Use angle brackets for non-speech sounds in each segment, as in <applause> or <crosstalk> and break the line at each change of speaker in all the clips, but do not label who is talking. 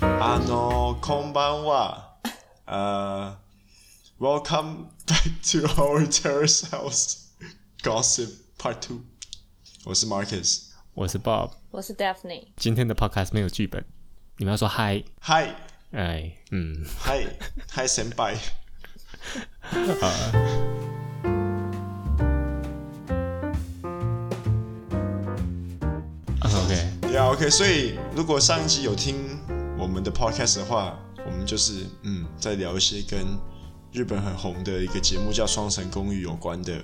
あのこんばんは。Uh, welcome back to our terrace house gossip part two。我是 Marcus。
我是 Bob，
我是 Daphne，
今天的 Podcast 没有剧本，你们要说嗨，
嗨
哎，嗯，
嗨嗨，先輩。
啊 OK，
Yeah, OK。所以如果上一集有听我们的 podcast 的话，我们就是嗯，在聊一些跟日本很红的一个节目叫《双城公寓》有关的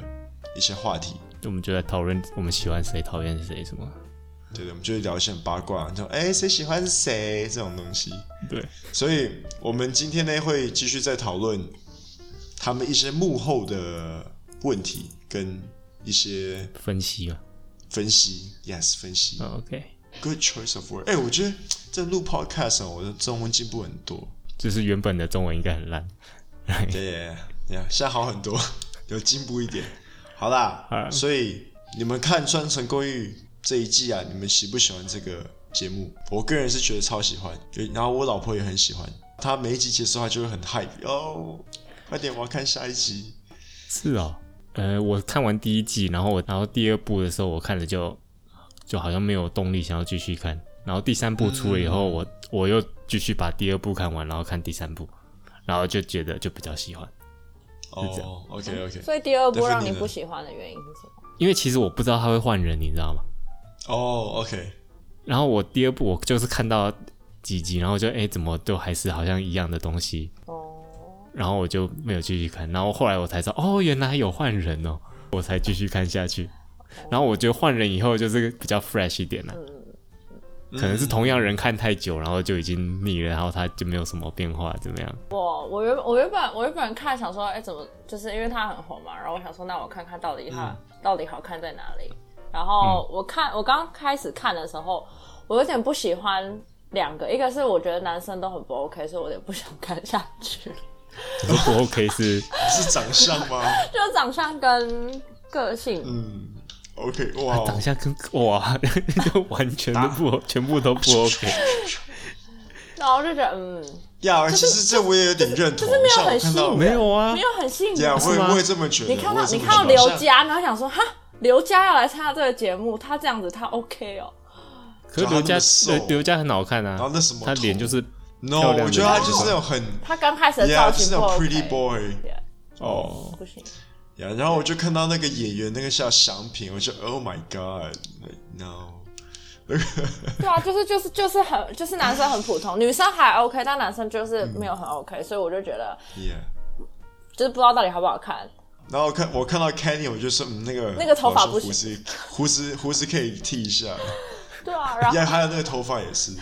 一些话题。
我们就在讨论我们喜欢谁，讨厌谁，什么，
对的，我们就会聊一些很八卦，就哎谁喜欢谁这种东西。
对，
所以我们今天呢会继续再讨论他们一些幕后的问题跟一些
分析嘛
分析。Yes，分析。
啊，OK，
Good choice of word。哎，我觉得在录 podcast 哦，我的中文进步很多。
就是原本的中文应该很烂，
对呀，现在好很多， <laughs> 有进步一点。好啦，
好
所以你们看《双城公寓》这一季啊，你们喜不喜欢这个节目？我个人是觉得超喜欢，然后我老婆也很喜欢。她每一集结束，她就会很 hype 哦，快点，我要看下一集。
是哦，呃，我看完第一季，然后我然后第二部的时候，我看了就就好像没有动力想要继续看，然后第三部出了以后，我我又继续把第二部看完，然后看第三部，然后就觉得就比较喜欢。这样
哦，OK OK，
所以第二部
Daphne
让你
呢
不喜欢的原因是什么？
因为其实我不知道他会换人，你知道吗？
哦，OK，
然后我第二部我就是看到几集，然后就哎、诶怎么都还是好像一样的东西，
哦，
然后我就没有继续看。然后后来我才知道，哦，原来有换人哦，我才继续看下去。然后我觉得换人以后就是比较 fresh 一点了、可能是同样人看太久，然后就已经腻了，然后他就没有什么变化，怎么样？
我我原我原本我原本看想说，哎、怎么就是因为它很红嘛，然后我想说，那我看看到底它、
嗯
到底好看在哪里。然后我看我刚开始看的时候，我有点不喜欢两个，一个是我觉得男生都很不 OK，所以我有点不想看下去，
你说不 OK 是
是长相
<laughs>
吗？
就是长相跟个性。
嗯，OK，哇哦，
长相跟哇，就完全都不全
<laughs>
部都不 OK。
然后我就觉得，嗯，
呀其实这我也有点认同，
没有
像我看
很吸引
到
人，
没有啊
没有很吸引人
呀，我也
吗
我也这么觉得。
你看
我
到
也这
你
么
看到
觉得
刘，佳，然后想说哈，刘佳要来参加这个节目，他这样子他 OK 哦，
可是刘
长得那
佳
么瘦
刘刘佳很好看
然后
啊，
那什么头，
她脸就是
no，
漂亮的
我觉得他就是
那
那种很
他刚开始的
yeah，
造
就是
型
那
不
种
OK，
pretty boy。
Yeah，
哦。
不行，
呀，然后我就看到那个演员，那个叫祥平，我就 Oh my God，no，
对啊，就是就是就是很就是男生很普通，女生还 OK，但男生就是没有很 OK，所以我就觉得
yeah。
就是不知道到底好不好看，
然后我看我看到 Kenny，我就说嗯，那个
那个头发
老兄
不
胡子胡子胡子可以剃一下，
对啊，然后
呀，还有那个头发也是，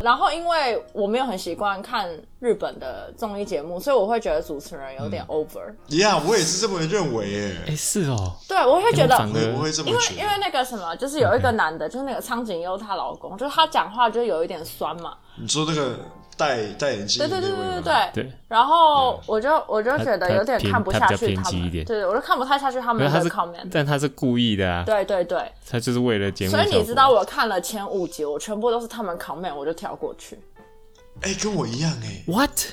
然后因为我没有很习惯看日本的综艺节目，所以我会觉得主持人有点 over，
呀，我也是这么认为耶，
哎，是哦，
对我会觉得
哎我反而
我也我会这么
因为
觉
因为
得，
那个什么，就是有一个男的就是那个苍井优她老公，就是他讲话就有一点酸嘛。
你说那个戴戴眼镜
对
的
对
那
对对
位
对
吗？
对。
对，
然后我就我就觉得有点看不下去
他他比较偏
他
激
们，
一点
对，我就看不太下去他
没
们
有他
的
是
嗯 comment。
但他是故意的啊，
对对对，
他就是为了节目效
所
果。
以你知道我看了前五集，我全部都是他们 comment，我就跳过去。
哎，跟我一样哎，
<laughs>
what？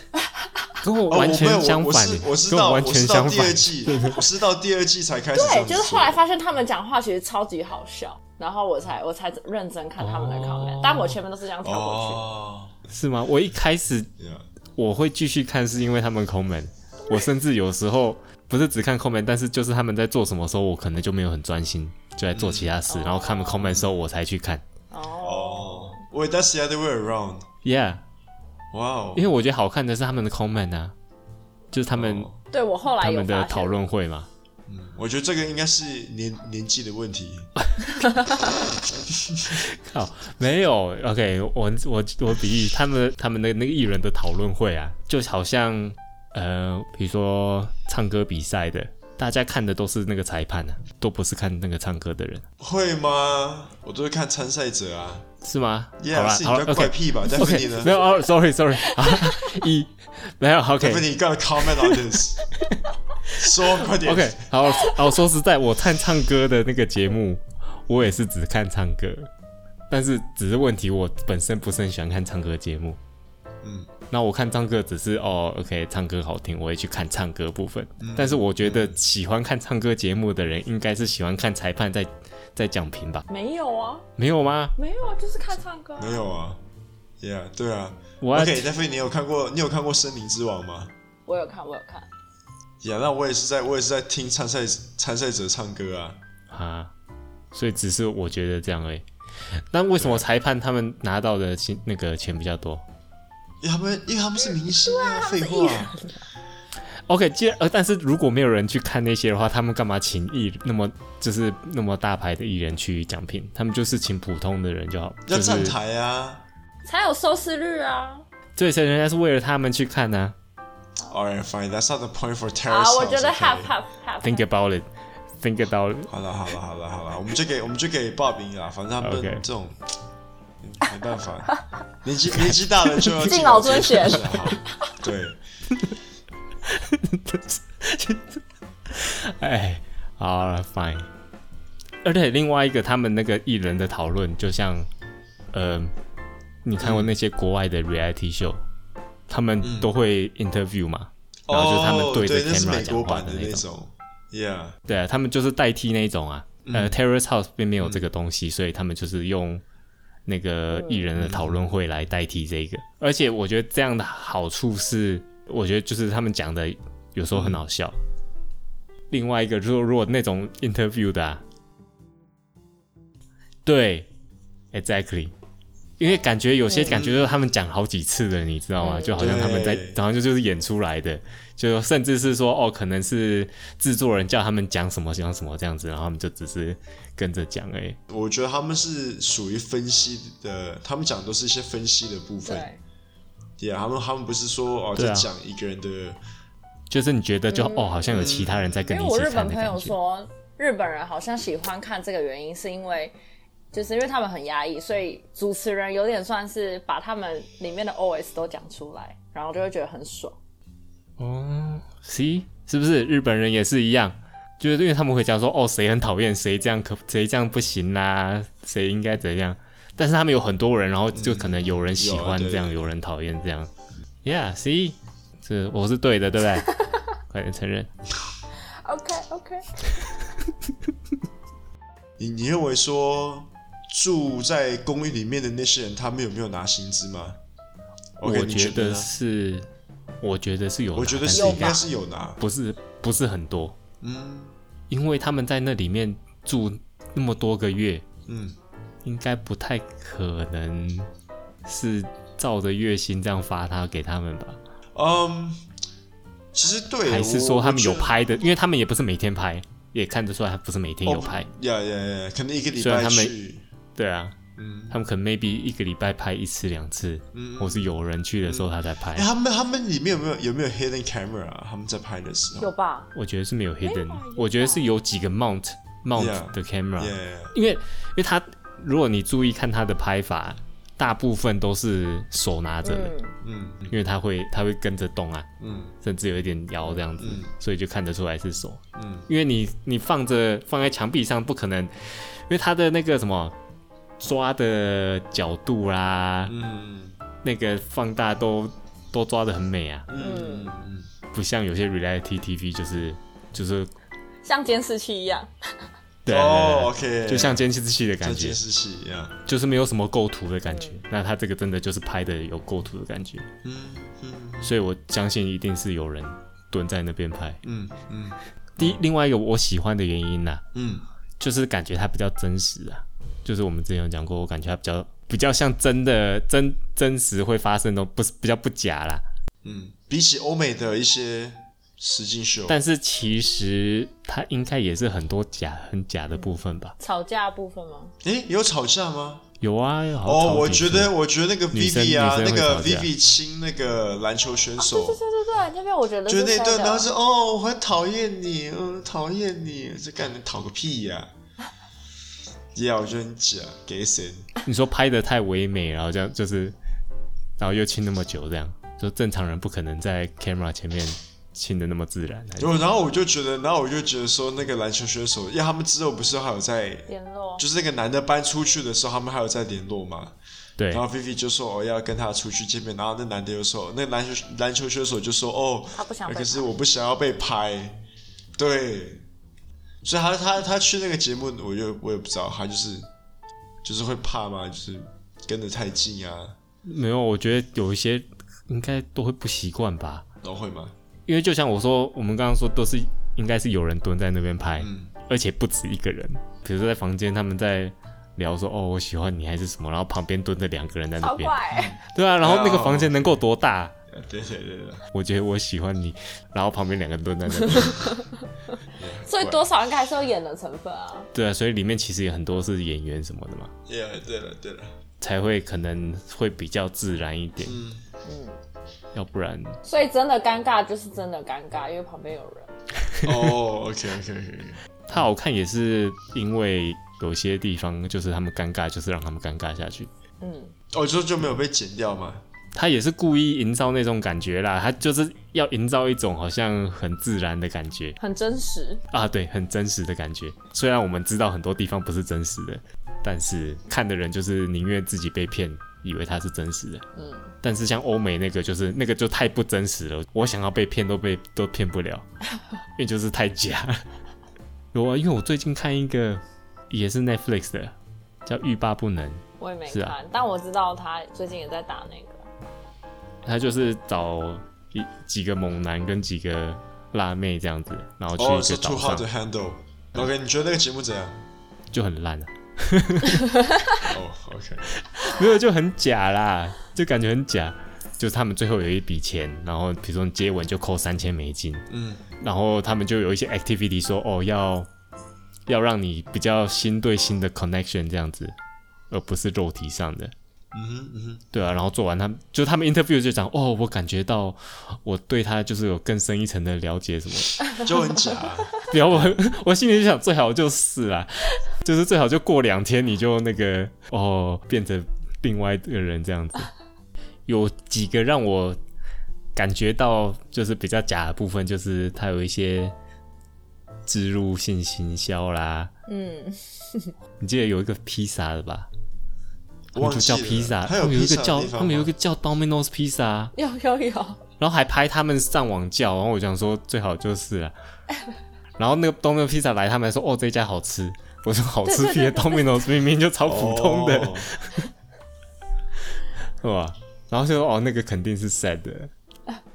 跟我
哦，
完
我没有
全
我
相
我
反
是
耶，
我是
跟
到
我完
我
全
是到
相
第二
反。
季，我是到第二季才开始这
对，
样子
就
做，
是后来发现他们讲话其实超级好笑，然后我才我才认真看他们的 comment，、
哦
但我前面都是这样跳过去。
哦，
是吗？我一开始
yeah
我会继续看，是因为他们 comment。我甚至有时候不是只看 comment，但是就是他们在做什么时候，我可能就没有很专心，就在做其他
嗯哦
事，然后他们 comment 的时候我才去看。
哦，Wait, that's the other way around.
Yeah，
Wow.
因为我觉得好看的是他们的 comment 啊，就是他们、
哦
对我后来
他
有
们
发
的
现
讨论会嘛。
我觉得这个应该是年年纪的问题。
哦，没有，OK，我我我比喻他们他们的那个艺人的讨论会啊，就好像呃，比如说唱歌比赛的，大家看的都是那个裁判啊，都不是看那个唱歌的人，
会吗？我都是看参赛者啊。
是吗
Yeah，是
好
你比
了，好
较
，OK，
怪癖吧？戴芬妮
OK，
呢
没？有哦，sorry，sorry，啊 <laughs> 一没有
戴芬
，OK。
妮，you gotta comment on
<laughs>
this. 说快 <laughs> 点。
OK，好， <laughs> 好，说实在，我看唱歌的那个节目，我也是只看唱歌，但是只是问题，我本身不是很喜欢看唱歌节目，
嗯，
那我看唱歌只是哦，OK，唱歌好听，我会去看唱歌部分。
嗯
但是我觉得喜欢看唱歌节目的人，应该是喜欢看裁判在在讲评吧？
没有啊，
没有吗？
没有啊，就是看唱歌啊、
没有啊，Yeah，对啊。
我
OK，戴飞，你有看过你有看过《森林之王》吗
我有看，我有看，
？Yeah，那我也是在我也是在听参赛参赛者唱歌啊。
啊，所以只是我觉得这样而已。那为
啊
什么裁判他们拿到的薪那个钱比较多
因为他们因为他们是明星啊，废话。
？OK，既然呃，但是如果没有人去看那些的话，他们干嘛请艺那么就是那么大牌的艺人去讲评？他们就是请普通的人就好，
要
就是
站台啊。
才有收视率啊！
对，所以人家是为了他们去看啊呢、
All right, fine. That's not the point for terrorist.
<laughs> 啊，我觉得
sounds,
half
okay.
half half。 <laughs>
Think about it, think about it。 <laughs>
好了好了好了好了，我们就给我们就给报名了，反正他们
OK
这种嗯没办法， <laughs> 年纪年纪大了就要
敬老尊贤
是啊对，
哎，好了，fine。而且另外一个，他们那个艺人的讨论，就像，呃，你看过那些国外的 reality show，他们都会 interview 嘛， <laughs> 然后就是他们
哦
对着
对，那是
camera
美
讲
国
话
版
的
的
那
那
种。
种，Yeah，
对啊，他们就是代替那一种啊。呃，Terrace House 并没有这个东西，所以他们就是用那个艺人的讨论会来代替这个。而且我觉得这样的好处是，我觉得就是他们讲的有时候很好笑。另外一个，如果如果那种 interview 的、啊，对，exactly。因为感觉有些感觉就是他们讲好几次的，你知道吗？
嗯
就好像他们在
对，
好像就就是演出来的，就甚至是说哦，可能是制作人叫他们讲什么讲什么这样子，然后他们就只是跟着讲而已。
我觉得他们是属于分析的，他们讲的都是一些分析的部分
对，
，Yeah，他们他们不是说哦
对
在
啊
讲一个人的，
就是你觉得就、哦，好像有其他人在
因
跟
为
你一
我
起
日
看
本
的
朋
感
友
觉。
说，日本人好像喜欢看这个原因是因为，就是因为他们很压抑，所以主持人有点算是把他们里面的 OS 都讲出来，然后就会觉得很爽。
哦，see，是不是日本人也是一样？就是因为他们会讲说哦，谁很讨厌谁这样可谁这样不行啦、谁应该怎样？但是他们有很多人，然后就可能有人喜
有啊
欢
对
这样，
对
有人讨厌这样。Yeah，see，这我是对的，对不
<laughs>
对？快点承认。
OK OK，
你你认为说住在公寓里面的那些人，他们有没有拿薪资吗？OK，
我
你
觉得
呢
是，我觉得是有拿，
我觉得
但
是
是
应该是有拿，
不是不是很多，
嗯
因为他们在那里面住那么多个月，
嗯，
应该不太可能是照着月薪这样发他给他们吧？
嗯，其实对，
还是说
我
他们有？拍的？因为他们也不是每天拍，也看得出来他不是每天
哦
有拍。
呀呀呀，可能一个礼
虽然
拜
他们
去，
对啊，
嗯
他们可能 maybe 一个礼拜拍一次两次，
嗯，
或是有人去的时候他才拍
哎、。他们他们里面有没有有没有 hidden camera 啊？他们在拍的时候，
有吧？
我觉得是没有 hidden，
吧
我觉得是有啊几个 mount mount
Yeah
的 camera。
耶，
因为因为他如果你注意看他的拍法，大部分都是手拿着的，
嗯，
嗯嗯
因为他会他会跟着动啊，
嗯
甚至有一点摇这样子，
嗯
所以就看得出来是手。
嗯，
因为你你放着放在墙壁上不可能，因为他的那个什么抓的角度啦，
嗯
那个放大都都抓的很美啊，
嗯嗯，
不像有些 reality TV 就是就是
像监视器一样。
对啊
哦，OK，
就像监视器的感
像
觉
监，视器一样，
就是没有什么构图的感觉。那他这个真的就是拍的有构图的感觉，
嗯嗯
所以我相信一定是有人蹲在那边拍。
嗯嗯
第另外一个我喜欢的原因呢、
嗯，
就是感觉它比较真实啊，就是我们之前有讲过，我感觉它比较比较像真的真真实会发生的，不是比较不假啦。
嗯，比起欧美的一些实境秀，
但是其实它应该也是很多假很假的部分吧？
吵架的部分吗？
诶，有吵架吗？
有啊，有好像
哦，
吵
我
几
觉
次
得，我觉得那个
女生
Vivi 啊，
女
那
生会
个
吵架
Vivi 亲那个篮球选
对对
手，
对对对，那边我觉得
哦啊就是那
真
段，然后
的。
是哦，我很讨厌你，嗯，讨厌你，这干你讨个屁呀、 <laughs> 呀，我觉得很假，给谁？
你说拍的太唯美，然后这样就是，然后又亲那么久，这样就正常人不可能在 camera 前面亲的那么自然。还是
然后然后我就觉得，然后我就觉得说，那个篮球选手，因为他们之后不是还有在，
联络
就是那个男的搬出去的时候，他们还有在联络嘛？
对
然后 Vivi 就说哦要跟他出去见面，然后那男的又说，那篮球篮球选手就说哦，
他不想被拍
可是我不想要被拍，对，所以他他他去那个节目，我就我也不知道，他就是就是会怕嘛，就是跟得太近啊，
没有，我觉得有一些应该都会不习惯吧，
然后会吗？
因为就像我说，我们刚刚说都是应该是有人蹲在那边拍，
嗯
而且不止一个人，比如说在房间他们在。聊说哦，我喜欢你还是什么？然后旁边蹲着两个人在那
超
边，
怪，
对啊，然后那个
哦
房间能够多大？
呃对对对对，
我觉得我喜欢你，然后旁边两个人蹲在那边，
<laughs> 所以多少应该还是有演的成分啊。
对啊，所以里面其实也很多是演员什么的嘛，
，yeah，对了对
<laughs>
了，
才会可能会比较自然一点，
嗯，
要不然
所以真的尴尬就是真的尴尬，因为旁边有人。
哦，OK OK OK，
它好看也是因为有些地方就是他们尴尬，就是让他们尴尬下去。
嗯，
哦，就就没有被剪掉嘛，
他也是故意营造那种感觉啦，他就是要营造一种好像很自然的感觉
很真实。
啊，对，很真实的感觉。虽然我们知道很多地方不是真实的，但是看的人就是宁愿自己被骗，以为它是真实的。
嗯，
但是像欧美那个，就是那个就太不真实了，我想要被骗都被都骗不了，因为就是太假了。有啊，因为我最近看一个也是 Netflix 的，叫《欲罢不能》，
我也没
是
看，
啊
但我知道他最近也在打那个。
他就是找一几个猛男跟几个辣妹这样子，然后去
哦，
一
是
个
too
岛
hard
上
to，handle。OK，你觉得那个节目怎样？
就很烂啊，
哦，OK，
<laughs> 没有就很假啦，就感觉很假。就是他们最后有一笔钱，然后比如说你接吻就扣三千美金，
嗯，
然后他们就有一些 activity 说哦要要让你比较心对心的 connection 这样子，而不是肉体上的。
嗯哼嗯哼，
对啊，然后做完他们就他们 interview 就讲哦，我感觉到我对他就是有更深一层的了解什么的。
就很假、
然后我我心里就想，最好就是啦，就是最好就过两天你就那个哦，变成另外一个人这样子。有几个让我感觉到就是比较假的部分，就是他有一些植入性行销啦。
嗯，
你记得有一个披萨的吧？
我
他们
忘
就
记
叫
了。
披萨，
还
他们有
披
一个
萨的
叫
地方
他们有一
吗
个叫 Domino's Pizza，啊
有有有，
然后还拍他们上网叫，然后我想说最好就是啊。然后那个 Domino Pizza 来，他们还说哦这家好吃， <laughs> 我说好吃屁的 Domino's 明明就超普通的，
哦
是吧？然后就说哦那个肯定是 sad 的，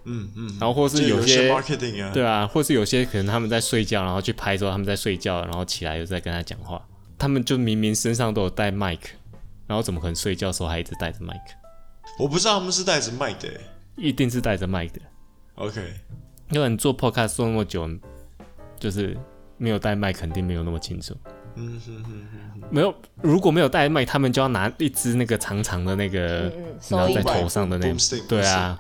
嗯嗯，
然后或
就是有
有些
marketing 啊，
对啊，或是有些可能他们在睡觉，然后去拍之后他们在睡觉，然后起来又在跟他讲话，他们就明明身上都有带 mic，然后怎么可能睡觉的时候还一直带着 mic？
我不知道他们是带着卖的、欸。
一定是带着 mic 的，
OK，
因为你做 podcast 做那么久，就是没有带麦，肯定没有那么清楚。
嗯哼哼哼哼，
没有，如果没有带麦，他们就要拿一支那个长长的那个，
嗯嗯
然后在
收音
头上的那
boomstick，
对啊，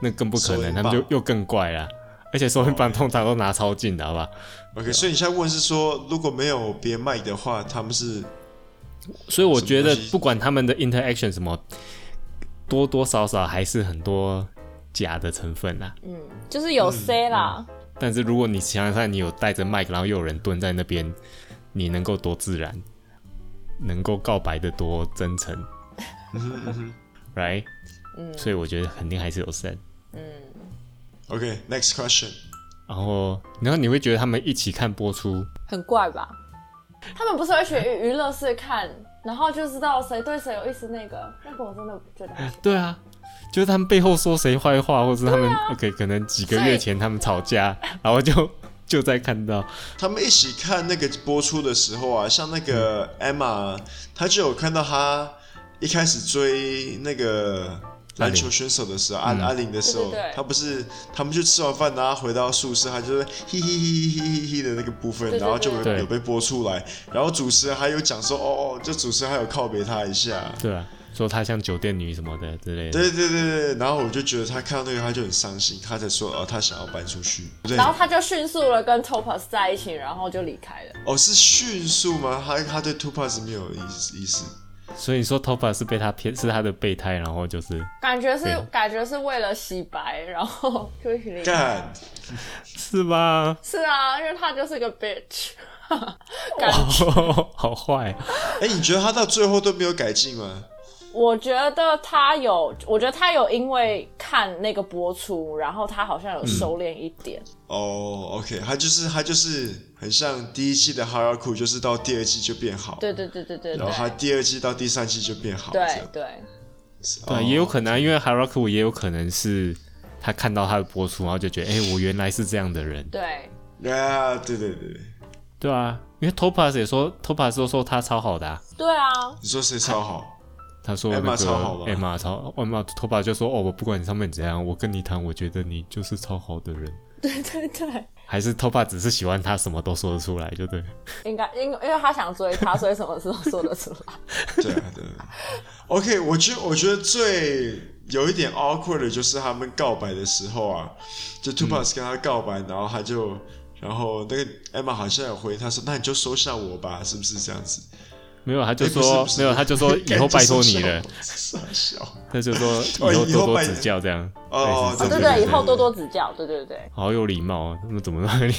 那更不可
收音
能，他
棒哦
们就又更怪啦。而且收音棒通常都拿超近的，好吧？
OK，所以你现在问是说，如果没有别卖的话，他们是
所以我觉
什
得
么东西
不管他们的 interaction 什么，多多少少还是很多假的成分啦。
嗯，就是有 C 啦。
嗯
但是如果你想想看，你有带着麦，然后又有人蹲在那边，你能够多自然，能够告白的多真诚，right？
嗯
所以我觉得肯定还是有 s e n
嗯
OK，next、question，
然后，然后你会觉得他们一起看播出，
很怪吧？他们不是会去娱娱乐室看，然后就知道谁对谁有意思。那个，那个我真的觉得
嗯
还行，
对啊，就是他们背后说谁坏话，或者是他们、OK，可能几个
所
月
以
前他们吵架，然后就就在看到，
他们一起看那个播出的时候啊，像那个 Emma，她就有看到她一开始追那个篮球选手的时候，阿阿玲的时候
对对对，
她不是他们去吃完饭，然后回到宿舍，她就是嘿嘿嘿嘿嘿嘿的那个部分，
对对
然后就有
对
有被播出来，然后主持人还有讲说，哦哦，就主持人还有靠别她一下。
对啊，说她像酒店女什么的之类的，
对对对对，对然后我就觉得他看到那个他就很伤心，他才说哦，他想要搬出去。对
<laughs> 然，后他就迅速的跟 Topaz 在一起，然后就离开了。
哦是迅速吗？他他对 Two Pass 没有意思意思。
所以说头发是被他骗，是他的备胎，然后就是
感觉是
对
感觉是为了洗白，然后就一起离开。
干，
是吧？
是啊，因为他就是个 bitch。感
好坏， <laughs> 啊
哎，你觉得他到最后都没有改进吗？
我觉得他有，我觉得他有因为看那个播出，然后他好像有收敛一点。
哦、o k 他就是他就是很像第一季的哈拉库，就是到第二季就变好，
对对对对对
然后他
对
第二季到第三季就变好，这
对
样哦
对，
对，也有可能啊、因为 Haraku 也有可能是他看到他的播出，然后就觉得，哎、我原来是这样的人，
对
能啊，对对对，对
对啊，因为 Topaz 也说，Topaz 都说他超好的、啊，
对啊，
你说谁超好？
他说
Emma
那个
超好吧
Emma 超 Emma Topaz 就说，哦，我不管你上面怎样，我跟你谈，我觉得你就是超好的人，
对 <laughs> 对对，
还是 Topaz 只是喜欢他，什么都说得出来，就对，
应该因因为他想追他，所以什么事都说得出
<laughs>
来。
对啊，对啊。OK，我觉得我觉得最有一点 awkward 的就是他们告白的时候啊，
嗯
就 Tupac 跟他告白，然后他就，然后那个 Emma 好像有回他说，那你就收下我吧，是不是这样子？
没有，他就
哎不是
说
不是
没有，他
<laughs>
就说以后拜托你了，
傻笑。 <laughs>
他就说
哦
以后
以后
多多
拜
指教这样，
哦
类
哦，
似这
对
样
对，以后多多指教。对对对，
好有礼貌啊，他们怎么那么礼？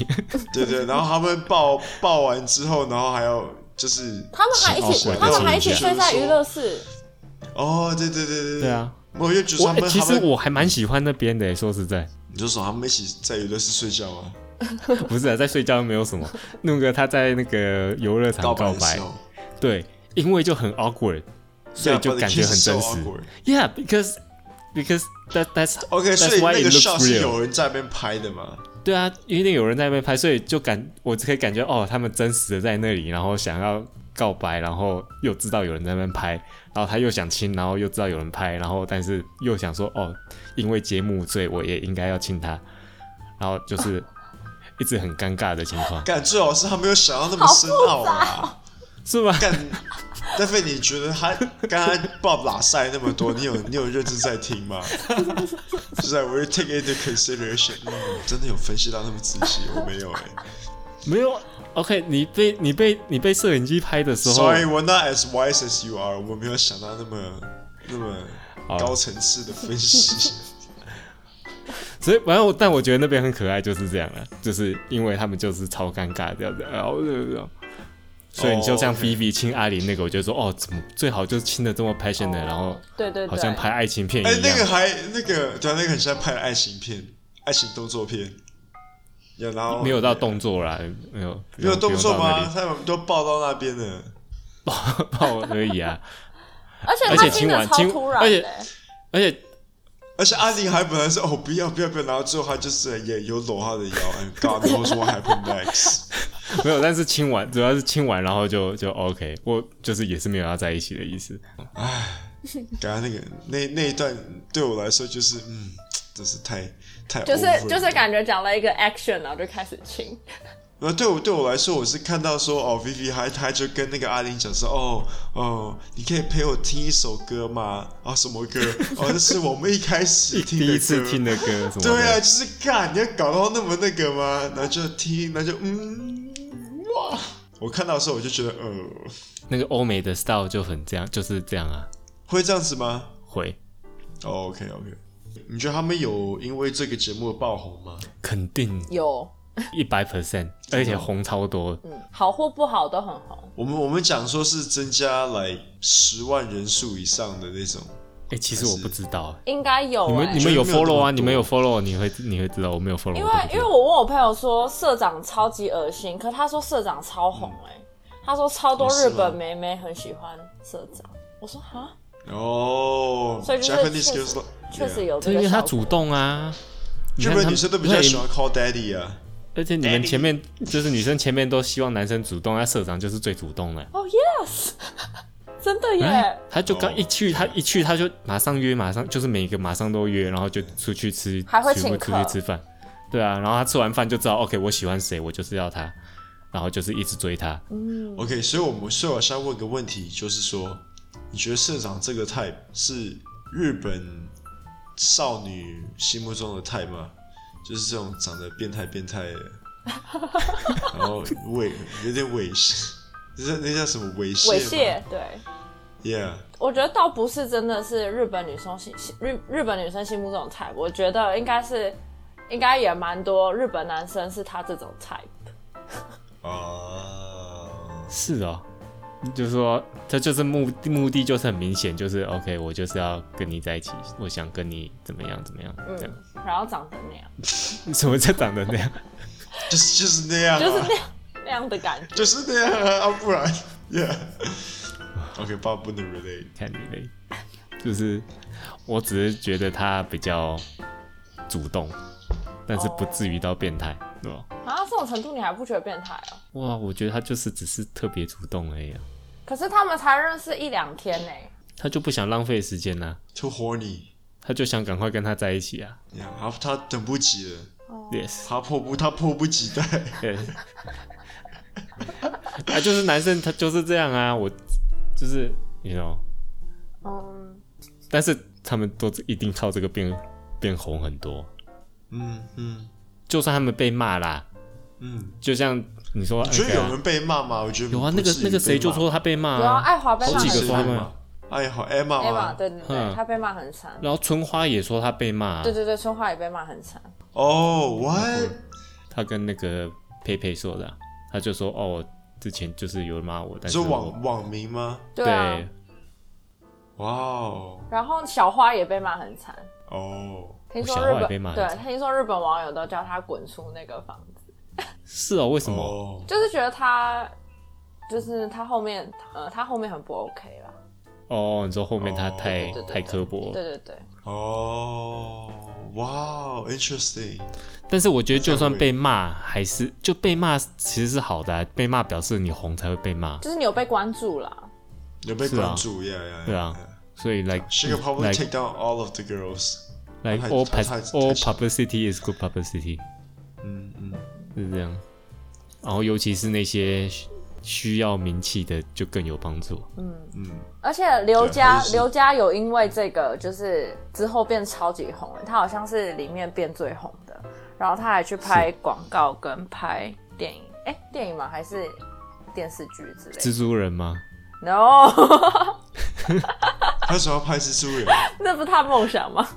对对，然后他们抱抱完之后，然后还有就是，
他们还一起
是哦，
他们还一起
是哦
睡在娱乐室。
哦，对对对对
对啊，
我就觉得
我、
他们
哎其
他
实
们，
我还蛮喜欢那边的，说实在。 <laughs>
你就说他们一起在娱乐室睡觉啊，
不是啊，在睡觉没有什么。那个他在那个游乐场告
白
白，
的时候，
对，因为就很 awkward，所以
Yeah, but
就
the
感觉
kiss
很
is so
真实。
awkward.
Yeah, because because that that's
OK，所
that's
以
why
那
it
个
looks
shot 是
real。
有人在那边拍的嘛？
对啊，一定有人在那边拍，所以就感我可以感觉哦，他们真实的在那里，然后想要告白，然后又知道有人在那边拍，然后他又想亲，然后又知道有人拍，然后但是又想说哦，因为节目，所以我也应该要亲他，然后就是一直很尴尬的情
<laughs>
况，
干，最好是他没有想到那么深奥啊。
是吗？
干，但菲，你觉得他刚才 Bob 拉塞那么多，你有你有认真在听吗？ <laughs> 就是在 we take into consideration，嗯，真的有分析到那么仔细，我没有哎、
没有，OK，你被你被你被摄影机拍的时候
Sorry，我 not as wise as you are，我没有想到那么那么
好
高层次的分
<laughs>
析。
所以反正我但我觉得那边很可爱，就是这样了，就是因为他们就是超尴尬这样子，然后所以你就像
哦
v i v i 亲阿林那个，我就说哦，怎么最好就亲的这么 passion 的，然后
对对对，
好像拍爱情片一
哎、
样。
那个还那个对啊，那个很像拍的爱情片、爱情动作片。Yeah, 然后
没有到动作啦，没有
没有动作？
不
吗
用？
他们都抱到那边了。
抱而已
<laughs>
啊，
而且
而
他
且
亲
亲
的
完
超
亲
突然
而且
的。
而且
而且阿玲还本来是哦不要不要不要，然后最后他就是也有搂她的腰，and God knows what happened next。
没有，但是亲完主要是亲完，然后就就 OK，我就是也是没有要在一起的意思。
刚刚那个那那一段对我来说就是嗯，真是太太
就是
哦
over 了
就是感觉讲了一个 action，然后就开始亲。
那对我对我来说，我是看到说哦，Vivi 还他就跟那个阿玲讲说，哦哦，你可以陪我听一首歌吗？啊，什么歌？哦，那是我们一开始听的
<laughs> 第
歌
一次听的歌什么的，
对啊，就是干，你要搞到那么那个吗？然后就听，那就嗯，哇！我看到的时候我就觉得，呃，
那个欧美的 style 就很这样，就是这样啊，
会这样子吗、
会哦
o k OK，你觉得他们有因为这个节目爆红吗？
肯定
有，
一百 percent，而且红超多，
嗯，好或不好都很红。
我们我们讲说是增加来十万人数以上的那种，
哎、其实我不知道，
应该有、
你
欸
们你们有
觉得没有那么
follow
多
啊？你们有 follow，你会你会知道，我没有 follow，
因为
我都不知
因为
道
我问我朋友说社长超级恶心，可他说社长超红哎、
嗯
他说超多
哦是
日
吗
本妹妹很喜欢社长。我说哈，
哦，
所以就是
Japanese
确
girls
实
lo-
确实
Yeah
有
这
这
是啊因为
个
他
效果。
主动啊。你
日
看
本
他们
女生都比较喜欢 call daddy 啊。
而且你们前面就是女生前面都希望男生主动，那社长就是最主动的。
哦、yes，真的耶。
哎他就刚
哦
一去，他一去他就马上约，马上就是每个马上都约，然后就出去吃，
还会
出
请
出
客
去吃饭，对啊，然后他吃完饭就知道，OK，我喜欢谁，我就是要他，然后就是一直追他。
OK，所以我们所以我现在问个问题，就是说，你觉得社长这个 type 是日本少女心目中的 type 吗？就是这种长得变态变态的，然后猥有点猥亵，那那叫什么猥亵？
猥亵，对，
，Yeah，
我觉得倒不是真的是日本女生心日日本女生心目中的 type，我觉得应该是应该也蛮多日本男生是他这种 type。
啊、
是哦，就是说他就是目目的就是很明显，就是 OK，我就是要跟你在一起，我想跟你怎么样怎么样这样。
嗯，然后长成那样，
什么叫长得那样？ <laughs>
就是就是那样、啊，
就是那样那样的感觉。
就是那样啊，啊不然，Yeah。OK，爸不能 relate。
看你嘞，就是我只是觉得他比较主动，但是不至于到变态，对吧？
啊，这种程度你还不觉得变态哦？
哇，我觉得他就是只是特别主动而已、啊，
可是他们才认识一两天呢、
他就不想浪费时间呐、啊
Too horny。
他就想赶快跟他在一起啊。
Yeah，他他等不及了，
Yes，
他迫不他迫不及待。
对，啊，就是男生他就是这样啊，我就是你 you know，
嗯，
但是他们都一定靠这个变变红很多，
嗯嗯
就算他们被骂啦，
嗯，
就像你说，
你觉得
哎
有人被骂吗？我觉得
有啊，
不
那个
至于
那个
被
谁就
骂
说他被骂
有啊，爱华被
嗯好
骂
几
很
个
谁
说
惨
他
被
们
骂，哎好 Emma
，Emma，
吗？
对对对，
嗯
他被骂很惨。
然后春花也说他被骂啊
对，对对，春花也被骂很惨。
哦、oh,，What？
他跟那个佩佩说的啊，他就说哦，之前就是有人骂我，但
你
是
说
我
网网名吗？
对啊
对，
哇哦
然后小花也被骂很惨。
哦，
听
小
说
花
日
也被骂
本
很
对
惨，
听说日本网友都叫他滚出那个房子，
是哦，为什么？
哦，
就是觉得他就是他后面呃他后面很不 OK 啦。
哦，你说后面他
哦
太
对
对对
太刻薄
对
了，
对对，
哦，哇，interesting，
但是我觉得就算
这样会
被骂，还是就被骂其实是好的啊，被骂表示你红才会被骂，
就是你有被关注啦。
有被
是啊
关注，yeah yeah，
对啊，
yeah.
所以 like
She could probably
like
take down all of the girls.
like
太
all
太
pub-
太
all
太小
publicity is good publicity，
嗯嗯，
是这样。然后尤其是那些需需要名气的，就更有帮助。
而且刘
对
佳
还是
刘佳有因为这个就是之后变超级红了，她好像是里面变最红的，然后她还去拍广告跟拍电影，哎、电影吗？还是电视剧之类的
蜘蛛人吗？
？No， <laughs>
他想要拍蜘蛛人。
那不是她梦想吗？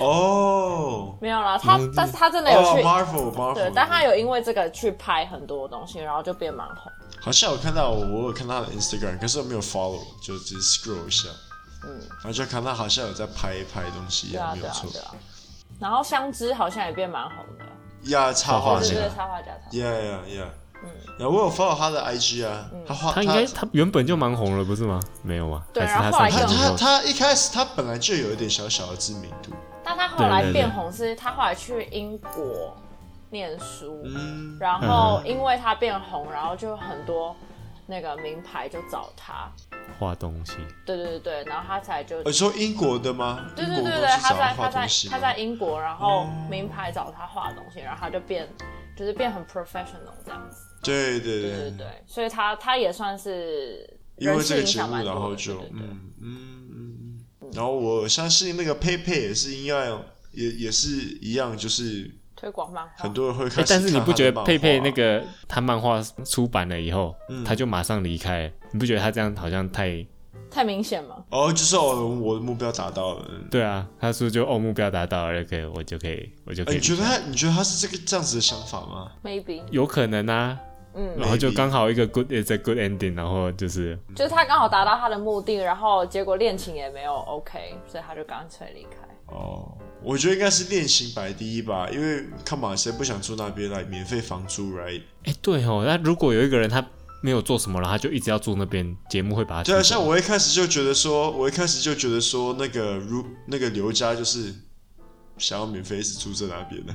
哦，
没有啦，她
嗯
但是她真的有
哦
去。
，Marvel，Marvel，
对，但她有因为这个去拍很多东西，然后就变蛮红。
好像有看到我，我有看他的 Instagram，可是我没有 follow，就只是 scroll 一下。嗯，然后就看他好像有在拍一拍东西，
对啊，
没
对
有
啊，
错
对。啊。然后香知好像也变蛮红的，
呀，插画
对
家
对啊对，插嗯画家，插画家
y e a h yeah yeah。然后我有 follow 他的 IG 啊，
嗯
他画
他应该他原本就蛮红了，不是吗？没有吗？
对
还是
然后后来
他
他
上
就
去
他
之后，
他一开始他本来就有一点小小的知名度，
但他后来
对对对
变红是，他后来去英国念书，
嗯，
然后因为他变红，然后就很多那个名牌就找他，
画东西，
对对对对，然后他才就
哦你说英国的吗？
对
英
对
国
对
公
对，
司
他
想
在
要
他
画
在
东西吗哦
他在英国，然后名牌找他画东西，然后他就变就是变很 professional 这样子，
对对
对对对，所以他他也算是
因为
人
这
气
个
影
节
响
目，
蛮
然
多
后
的，
就
对对对
嗯嗯嗯，然后我相信那个佩佩也是一样，也也是一样，就是
推广漫画
很多人会
哎
看、
但是你不觉得佩佩那个他漫画出版了以后，他就马上离开了，你不觉得他这样好像太？
太明显吗？
哦，就是哦，我的目标达到了。嗯
对啊，他说就哦目标达到了，OK，我就可以，我就可
哎
以
你觉
离开。
得他？你觉得他是这个这样子的想法吗？
Maybe，
有可能啊？
嗯，
然后就
Maybe
刚好一个 good is a good ending，然后就是
就是他刚好达到他的目的，然后结果恋情也没有 OK，所以他就干脆离开。
哦，我觉得应该是恋情摆第一吧，因为看嘛，谁不想住那边来啊免费房租，right？
哎、对哦，那如果有一个人他没有做什么，然后他就一直要住那边，节目会把他
对啊，
踢走
像我一开始就觉得说，我一开始就觉得说，那个如那个刘家就是想要免费是住在那边的。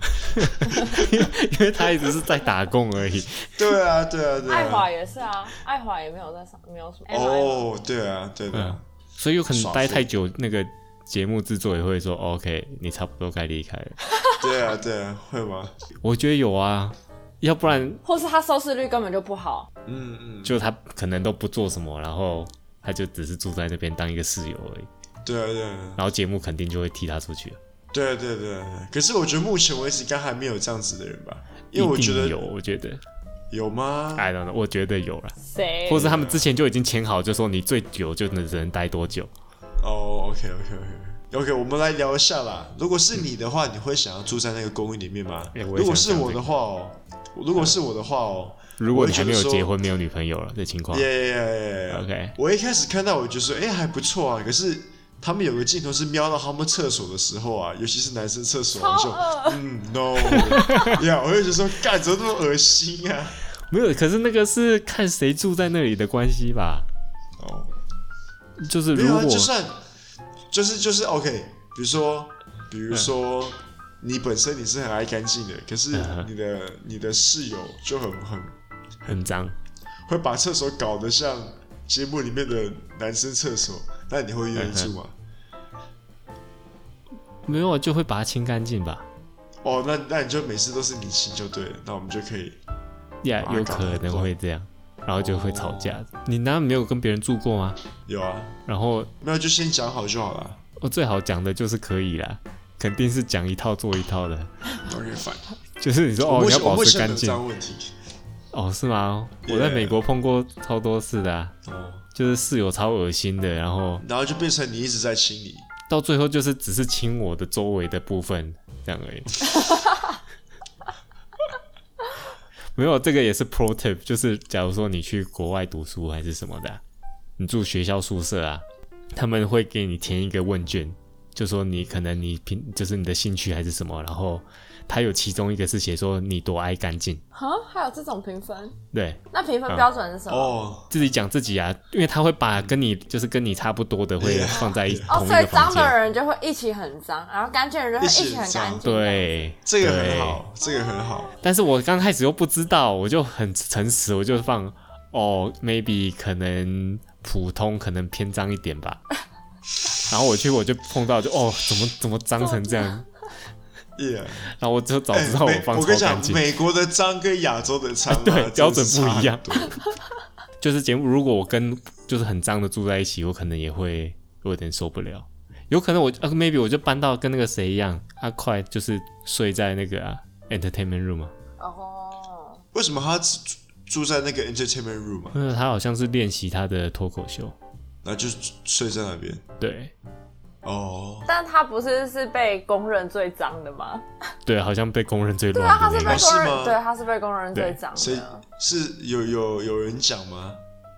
<laughs> 因为他一直是在打工而已。
对啊，对啊，对
爱
啊。
华也是啊，爱华也没有在上，没有什么。哦，
哦，对啊，对的、
嗯所以有可能
耍
待
废
太久，那个节目制作也会说、哦 OK，你差不多该离开了。
对啊，对啊，会吗？
我觉得有啊，要不然
或是他收视率根本就不好，
嗯嗯，
就他可能都不做什么，然后他就只是住在那边当一个室友而已，
对啊，对啊，
然后节目肯定就会踢他出去了。
对啊，对啊对啊对啊。可是我觉得目前为止，应该还没有这样子的人吧？因为我
一定
觉得
有，哎我觉得
有吗？
，I don't know，我觉得有了，
谁？
或是他们之前就已经签好，就说你最久就能只能待多久。
哦，OK，OK，OK、o k OK OK OK，我们来聊一下啦。如果是你的话，你会想要住在那个公寓里面吗？
哎我也
如果
想
是
讲
我
这
的
个
话哦，如果是我的话哦，
如果你
我会
还
觉得
没有
说
结婚、没有女朋友了的情况
耶耶耶耶
OK
我一开始看到我就说，哎、还不错啊。可是他们有个镜头是瞄到他们厕所的时候啊，尤其是男生厕所，我就
超恶
嗯 no，呀，我就觉得说，干怎么那么恶心啊？
没有，可是那个是看谁住在那里的关系吧？
哦，
就是
没
如
有啊，
果
就算就是就是 OK，比如说比如说。你本身你是很爱干净的，可是
嗯
你的、你的室友就很很
很脏，
会把厕所搞得像节目里面的男生厕所，那你会愿意住吗？
没有啊就会把它清干净吧？
哦，那那你就每次都是你亲就对了，那我们就可以
呀、
哇
有
搞
可
得很
能
乱
会这样，然后就会吵架。你难道没有跟别人住过吗？
有啊，
然后
没有就先讲好就好了。
我最好讲的就是可以啦，肯定是讲一套做一套的。
OK fine，
就是你说
我
哦，
目
你要
前我
保
目
持
前没
干
有这
净
样问题。
哦，是吗？我在
Yeah
美国碰过超多次的、啊，
哦，
就是室友超恶心的，然后
然后就变成你一直在清理，
到最后就是只是亲我的周围的部分这样而已。没有，这个也是 pro tip，就是假如说你去国外读书还是什么的啊、你住学校宿舍啊，他们会给你填一个问卷，就说你可能你平就是你的兴趣还是什么，然后他有其中一个是写说你多爱干净，
哈，还有这种评分？
对，
那评分标准是什
嗯
么？
哦，
自己讲自己啊，因为他会把跟你就是跟你差不多的会
Yeah
放在一
<laughs> 哦，
同一
所以
个
脏
房
的
间，
人就会一起很脏，然后干净的人就会
一起
起很
很
干
脏
净。，
对，
这个
对
很。好，这个很好。
但是我刚开始又不知道，我就很诚实，我就放哦，maybe 可能普通，可能偏脏一点
<laughs>
吧。然后我去我就碰到就哦，怎么怎么脏成这样？
<laughs>
耶、
然后我就早
哎，
知道我
美
放
跟你
超干
讲，
净。
美国的脏跟亚洲
<laughs>
的脏、啊
对标
真
准
的是
不一样
差很多
就是节目，如果我跟就是很脏的住在一起，我可能也会有点受不了。有可能我啊，maybe 我就搬到跟那个谁一样，阿快就是睡在那个、啊、entertainment room 啊，
哦，
为什么他住住在那个 entertainment room 啊？
因为他好像是练习他的脱口秀，
然后就睡在那边？
对
哦，
但他不是是被公认最脏的吗？
对，好像被公认最
对
乱
啊，他
的
是
那
被
个，
公
是
认，
吗
对，他是被公认
嗯
最
对
脏
谁
的。
是有有有人讲吗？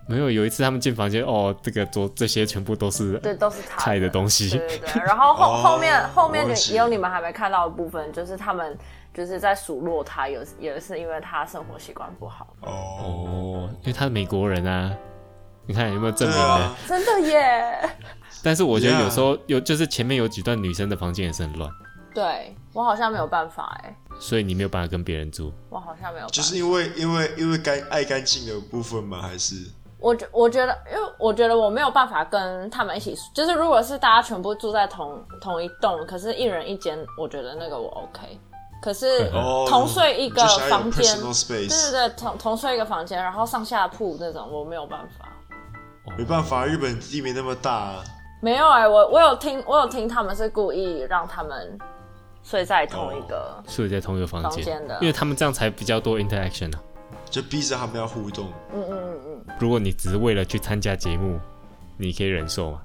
没有有一次他们进房间，哦，这个桌这些全部都是
对，都是他
<laughs> 菜的东西
对，对对，然后后
哦
后面后面
我
你
忘记
也有你们还没看到的部分，就是他们就是在数落他，有也是因为他生活习惯不好。
哦，
哦，因为他是美国人啊，你看有没有证
对
明呢？
啊，
真的耶！
<laughs>
但是我觉得
Yeah
有时候有就是前面有几段女生的房间也是很乱，
对我好像没有办法哎，
所以你没有办法跟别人住。
我好像没有办法。
就是因为因为因为干爱干净的部分吗？还是
我觉我觉得，因为我觉得我没有办法跟他们一起，就是如果是大家全部住在同同一栋，可是一人一间，我觉得那个我 OK。可是
哦
同睡一个
就想要有
房间，
personal
对
space
对对，同同睡一个房间，然后上下铺那种，我没有办法。
没办法，日本地没那么大、啊，
没有哎、我我有听，我有听他们是故意让他们睡在同一
哦
个，
睡在同一个房
房
间，
间的
因为他们这样才比较多 interaction 啊。
就逼着他们要互动。
嗯嗯嗯嗯，
如果你只是为了去参加节目，你可以忍受吗？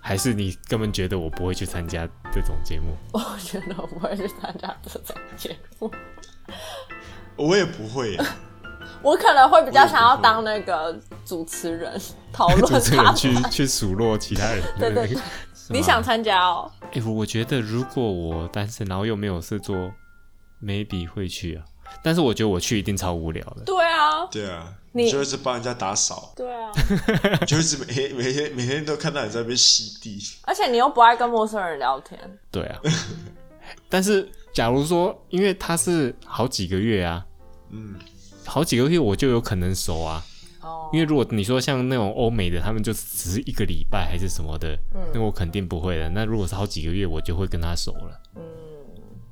还是你根本觉得我不会去参加这种节
<laughs>
目？
<laughs> 我觉得我不会去参加这种节目，
我也不会啊耶，
我可能会比较想
我也
要
不会
当那个主持人，讨
<laughs>
主
论
持
他
人去去数落其他人，
<laughs> 对
<laughs>
对对
对。是吗
你想？参加哦？
哎、我觉得如果我单身，然后又没有事做，maybe 会去啊。但是我觉得我去一定超无聊的。
对啊，
对啊，
你
你就一直帮人家打扫，
对啊，
你就一直每天每天每天都看到你在那边吸地。
而且你又不爱跟陌生人聊天，
对啊。但是假如说，因为他是好几个月啊，
嗯，
好几个月我就有可能熟啊。
哦，
因为如果你说像那种欧美的，他们就只是一个礼拜还是什么的，
嗯
那我肯定不会的。那如果是好几个月，我就会跟他熟了。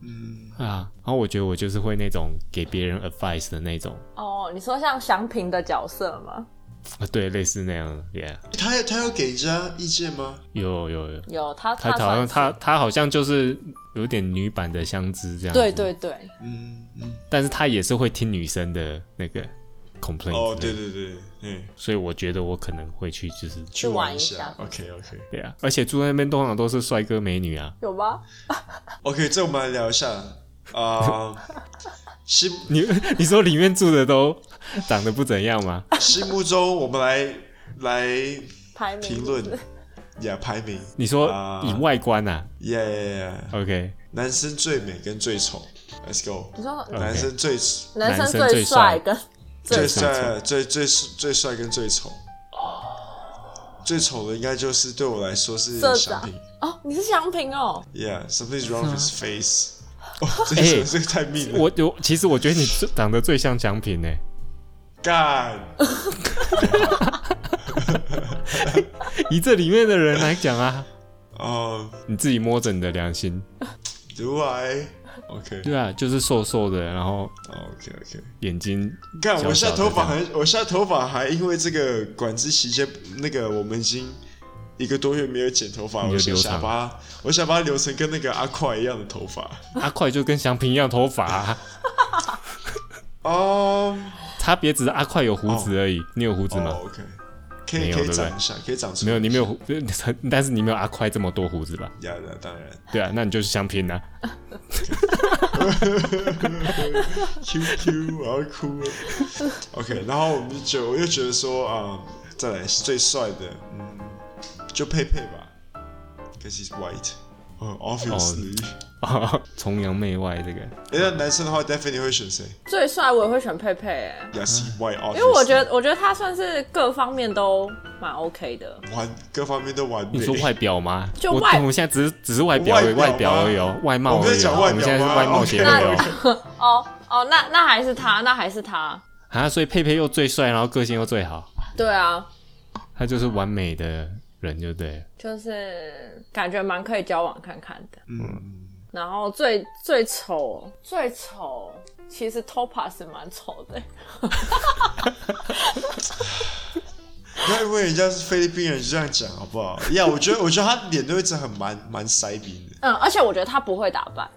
嗯啊，然后我觉得我就是会那种给别人 advice 的那种，
哦，你说像祥平的角色吗？
啊，对，类似那样的，yeah，
他他有给人家意见吗？
有有有，
有他，
他好
算
像
是
他他好像就是有点女版的香知这样，
对，对对，
嗯嗯，
但是他也是会听女生的那个 complaint，
哦，对，对对，嗯，
所以我觉得我可能会去就是
去
玩
一
一下
OK OK
对啊，而且住在那边通常都是帅哥美女啊， <laughs>
有吗？
OK，这我们来聊一下啊、西
你你说里面住的都长得不怎样
<laughs>
吗？
西木州，我们来来
排名
评论
<laughs>
呀，排名
你说
啊
以外观啊
耶耶，
，OK，
男生最美跟最丑，Let's go，<laughs>
你说
OK
男生最
男
生
生
最
最
帅
帅跟
最
最
帅、最最最帅跟最丑。最丑的应该就是对我来说是
社
香
长
平
哦，你是祥平哦，
，Yeah，something's wrong with his face。哦，这
哎
个这个太 mean 了，
我我其实我觉得你最长得最像欸奖品呢、
干。
以这里面的人来讲啊，
哦
你自己摸着你的良心，
，Do I？OK，OK，OK。
对啊，就是瘦瘦的，然后眼睛
看我现在头发
小小
很，我现在头发还因为这个管制期间，那个我们已经一个多月没有剪头发，
你就
我想
留
下
长
巴，我想把它留成跟那个阿快一样的头发。
阿快就跟祥平一样头发、啊，
哦、
差别只是阿快有胡子而已，你有胡子吗？
哦，OK，可
没
以
有
可
对
以
不对
长一下，可以长出
没有，你没有胡， <laughs> 但是你没有阿快这么多胡子吧？
呀，那当然
对啊，那你就是相拼啊。 <laughs>
，QQ 我要哭了。OK，然后我们就觉得我就觉得说啊、再来是最帅的，嗯，就佩佩吧，cause he's white，嗯、o b v i o u s l y
哦崇洋媚外这个，
哎、那男生的话，Daphne 会选谁
最帅我也会选佩佩哎，
？Yes, white，因
因为我觉得我觉得他算是各方面都蛮 OK 的，
完各方面都完美。
你说外表吗？
就
我
外
我们现在只是只是外表而已，
外
外
表吗
表而已哦，外貌
我们
而
在
已哦。
讲外
我
表吗
们现在是外貌协会
？OK， <laughs>
哦。
哦哦，那那还是他，那还是他，
啊，所以佩佩又最帅，然后个性又最好，
对啊，
他就是完美的人，就对了。
就是感觉蛮可以交往看看的。
嗯，
然后最最丑最丑，其实 Topaz 蛮丑的，
不要因为人家是菲律宾人就这样讲好不好？呀、我觉得我觉得他脸都一直很蛮蛮塞宾的。
嗯，而且我觉得他不会打扮。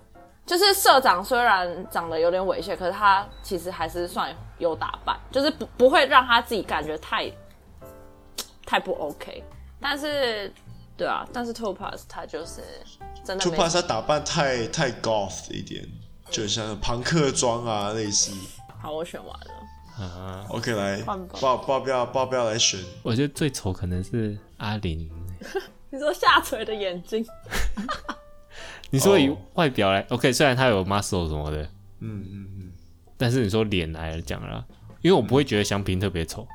就是社长虽然长得有点猥亵，可是他其实还是算有打扮，就是不不会让他自己感觉太太不 OK。但是，对啊，但是 Topaz 他就是真的
就
没
怕他打扮太太 goth 一点，就很像朋克装啊，类似。
好，我选完了。
啊，
OK，来
换吧
报报标报标来选，
我觉得最丑可能是阿玲。
你说下垂的眼睛，
你说以
哦
外表来、o k 虽然他有 muscle 什么的，
嗯嗯嗯，
但是你说脸来讲啦，因为我不会觉得祥平特别丑，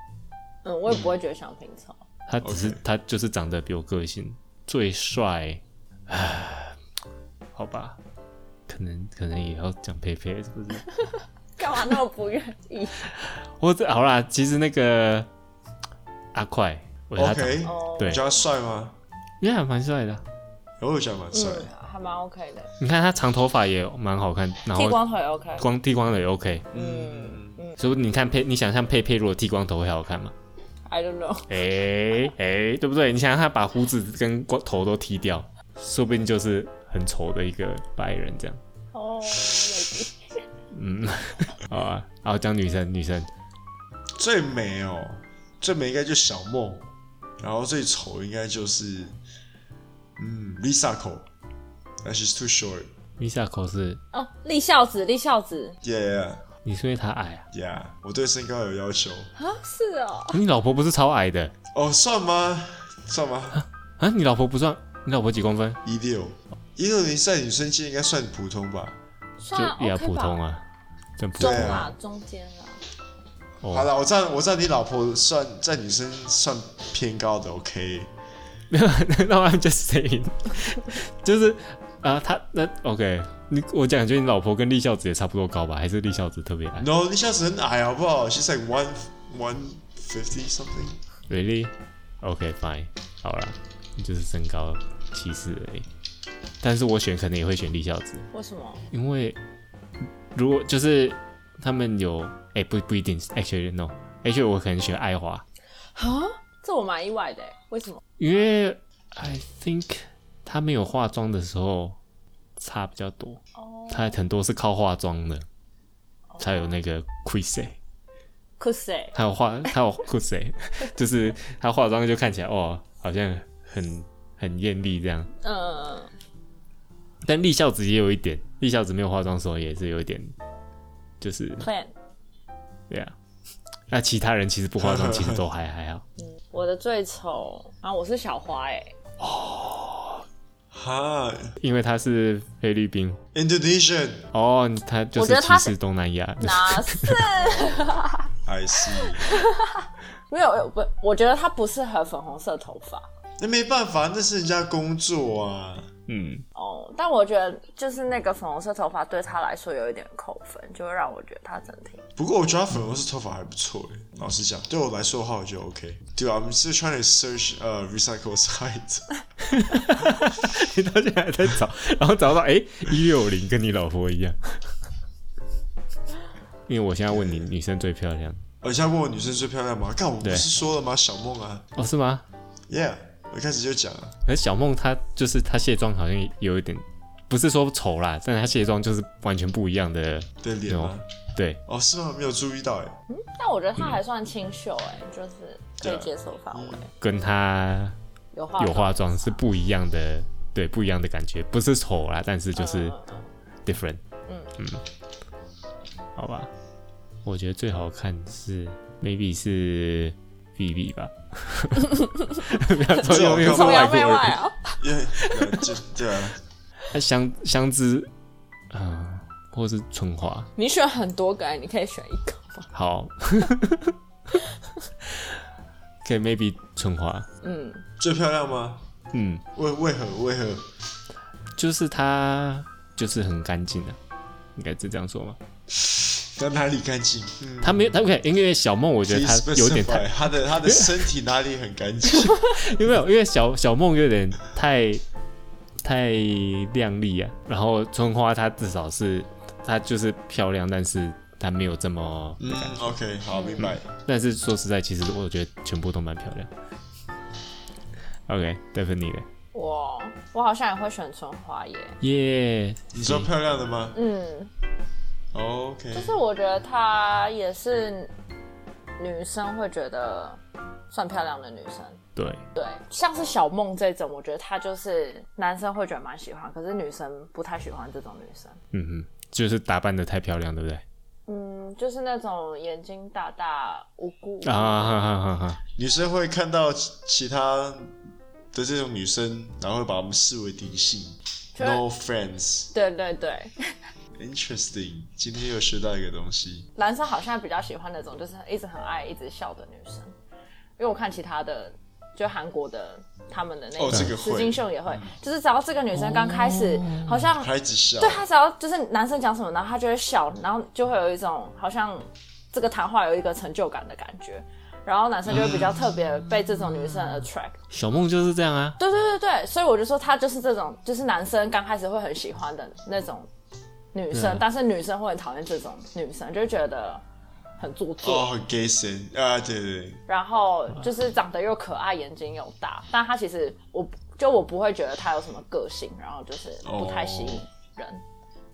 嗯，我也不会觉得想平丑。
他只是
OK
他就是长得比我个性最帅，唉，好吧，可能可能也要讲佩佩是不是？
<laughs> 干嘛那么不愿意？
我这好啦，其实那个阿快，我觉得他长
OK
哦，
嗯对
你觉得他帅吗？
因为还蛮帅的啊，
我有觉得蛮帅的，
嗯，还蛮 OK 的，
你看他长头发也蛮好看，然
剃
后
光头也 OK。
光剃光的也 OK，
嗯
所以你看佩，你想象佩佩如果剃光头会好看吗？
，I don't know。
哎、哎、对不对？你想想，他把胡子跟光头都剃掉，说不定就是很丑的一个白人这样。 <laughs>
哦，
嗯，好啊，好讲女生，女生
最美哦，最美应该就小梦，然后最丑应该就是，嗯，Lisa 口，But she's too short。
，Lisa 口是，
哦，立孝子，立孝子
Yeah,
你是因为她矮啊？
yeah, yeah，我对身高有要求。
啊，是哦，
你老婆不是超矮的
哦，算吗？算吗？
啊？你老婆不算，你老婆几公分？
一六一六零在女生界应该算普通吧？
就
算
也
OK
普通
吧，
啊，真普
中
通。
对
啦
啊，
中间啦，
好
哦，
了，我站我站你老婆算在女生算偏高的，OK。
<laughs> 那 I'm just saying，就是啊，她那 OK，你我讲，觉得你老婆跟立孝子也差不多高吧？还是立孝子特别矮
No，你下次很矮好不好？She's like one one fifty something。
？Really？OK，fine，、好啦，就是身高歧视而已。但是我选可能也会选立孝子，
为什么？
因为如果就是他们有，哎、不不一定，actually no，actually 我可能选爱华，
啊，这我蛮意外的，欸为什么？
因为 I think 他没有化妆的时候差比较多，
哦，
他很多是靠化妆的，才有那个 q u i s e
可谁？
他有化，他有 q u i s e <laughs> 就是他化妆就看起来哦，好像很很艳丽这样，
嗯，
但立孝子也有一点，立孝子没有化妆的时候也是有一点，就是
？Plan，
对啊。那其他人其实不化妆，其实都还还好。
我的最丑啊，我是小
<laughs>
花哎、
哈
因为他是菲律宾
，Indonesian。
哦，他就
我觉
是
得
歧
他
视东南亚。 <laughs>
哪是？
I see。
没有，呃不，我觉得他不适合粉红色头发
那没办法，那是人家工作啊。
嗯，
哦。但我觉得就是那个粉红色头发对他来说有一点扣分，就会让我觉得他整体
不过我觉得他粉红色头发还不错诶，老实讲，对我来说的话，我觉得 OK。对啊，我们是 trying to search 呃、recycle <laughs> site。
你到现在还在找，然后找到哎一六零，160跟你老婆一样。 <laughs> 因为我现在问你，女生最漂亮
我现在呃问我女生最漂亮吗？干，我不
对
是说了吗？小梦啊
哦，是吗？
，Yeah，我一开始就讲了。
可是小梦她就是她卸妆好像有一点，不是说丑啦，但是她卸妆就是完全不一样的。
对脸吗？
对，
哦，是吗？没有注意到哎。
但我觉得他还算清秀哎、就是可
对
以
啊
接受范围。
跟她
有化
嗯有化妆是不一样的，对，不一样的感觉，不是丑啦，但是就是
嗯嗯嗯
different。嗯好吧，我觉得最好看是 maybe 是 B B 吧，不要说又又是
崇
崇
外
洋
国
媚
人
外。啊！
因为呃 <laughs> 就对啊，
那相相知，啊、或是春华，
你选很多个、哎，你可以选一个吗？
好，可以 maybe 春华，
嗯，
最漂亮吗？
嗯，
为为何为何？
就是她就是很干净啊，应该是这样说吗？
那哪里干净？嗯
她没有，她不可以，因为小梦我觉得她
Please
有点太
specify，他的他的身体哪里很干净？
<laughs> 因为因为小小梦有点太太靓丽啊，然后春花她至少是她就是漂亮，但是她没有这么，
嗯，OK，好，明白。
但是说实在，其实我觉得全部都蛮漂亮。OK，对分你的
我我好像也会选春花耶。
耶
你说漂亮的吗
嗯，
？OK，
就是我觉得她也是女生会觉得算漂亮的女生。
对，
对，像是小梦这种，我觉得她就是男生会觉得蛮喜欢，可是女生不太喜欢这种女生。
嗯哼，就是打扮的太漂亮，对不对？
嗯，就是那种眼睛大大无辜
啊哈哈哈哈，
女生会看到其其他的这种女生，然后会把她们视为敌性。
就是
No friends,
对对对，
interesting。今天又学到一个东西。
男生好像比较喜欢那种就是一直很爱一直笑的女生，因为我看其他的。就韩国的他们的那
哦这个会哦
石金秀也会，就是只要这个女生刚开始，好像
开始啊笑
哦对，他只要就是男生讲什么，然后他就会笑，然后就会有一种好像这个谈话有一个成就感的感觉，然后男生就会比较特别被这种女生 attract。
小梦就是这样啊，
对对对对，所以我就说他就是这种，就是男生刚开始会很喜欢的那种女生，
嗯
但是女生会很讨厌这种女生，就会觉得很做作，
哦、很 gay 神啊，对对对，
然后就是长得又可爱，眼睛又大，但他其实我就我不会觉得他有什么个性，然后就是不太吸引人。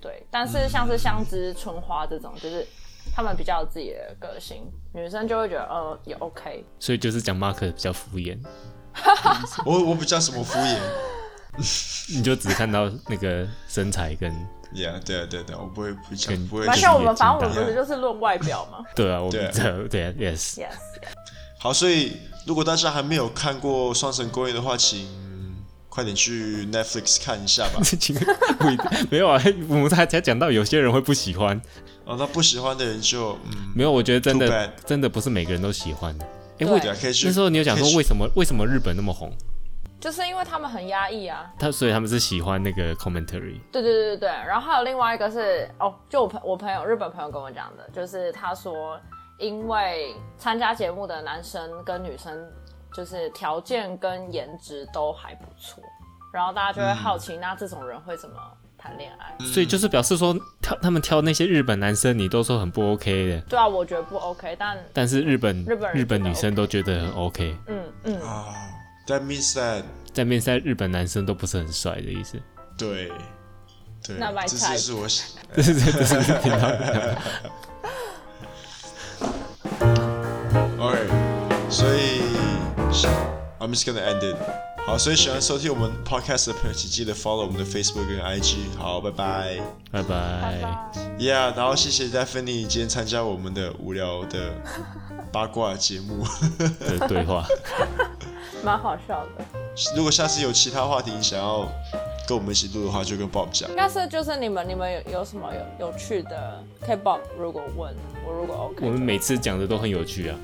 对，但是像是香知、春花这种，就是他们比较有自己的个性，女生就会觉得呃也 OK。
所以就是讲 Mark 比较敷衍，
我我比较什么敷衍
你就只看到那个身材跟
，Yeah，对啊对啊对啊，我不会不讲，
跟
不会
而
讲
且我们反正我们
眼睛
不是就是论外表吗
对啊，我
对啊
们这对啊，yes，
？Yes，
好，所以如果大家还没有看过《双城公寓》的话，请快点去 Netflix 看一下
<laughs>
吧。
这几个不一定没有啊，我们才才讲到有些人会不喜欢，
哦，那不喜欢的人就嗯，
没有，我觉得真
Too
的
bad
真的不是每个人都喜欢的。哎、
对
为
对啊，可以去。
那时候你有讲
可以
说
去
为什么为什么日本那么红？
就是因为他们很压抑啊。
他所以他们是喜欢那个 commentary，
对对对对对，然后还有另外一个是哦，就我朋我朋友日本朋友跟我讲的，就是他说，因为参加节目的男生跟女生就是条件跟颜值都还不错，然后大家就会好奇，那这种人会怎么谈恋爱？
嗯
所以就是表示说挑他们挑那些日本男生，你都说很不 OK 的，
对啊，我觉得不 OK，但
但是日本
日本人觉得
女生都觉得很 OK，
嗯嗯，
啊，That means that
但面在日本男生都不是很帅的意思。
对对
那，买
这
菜
就是我想
<laughs> 这是这是听到
，Alright，所以 I'm just gonna end it。好，所以喜欢收听我们 podcast 的朋友，请记得 follow 我们的 Facebook 跟 IG。好，拜拜。
拜
拜
拜。
拜。
Yeah，然后谢谢 d a p h n e 今天参加我们的无聊的八卦节目。
的对话。
蛮好笑的。
如果下次有其他话题你想要跟我们一起录的话，就跟 Bob 讲。
应该是就是你们你们有有什么有有趣的 K-pop？如果问我，如果 OK，
<laughs> 我们每次讲的都很有趣啊，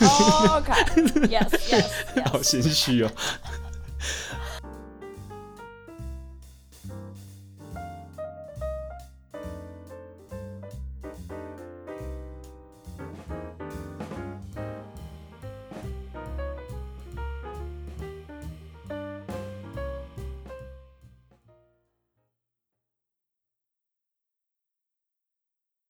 哦 OK，Yes Yes，, yes
好心虚哦。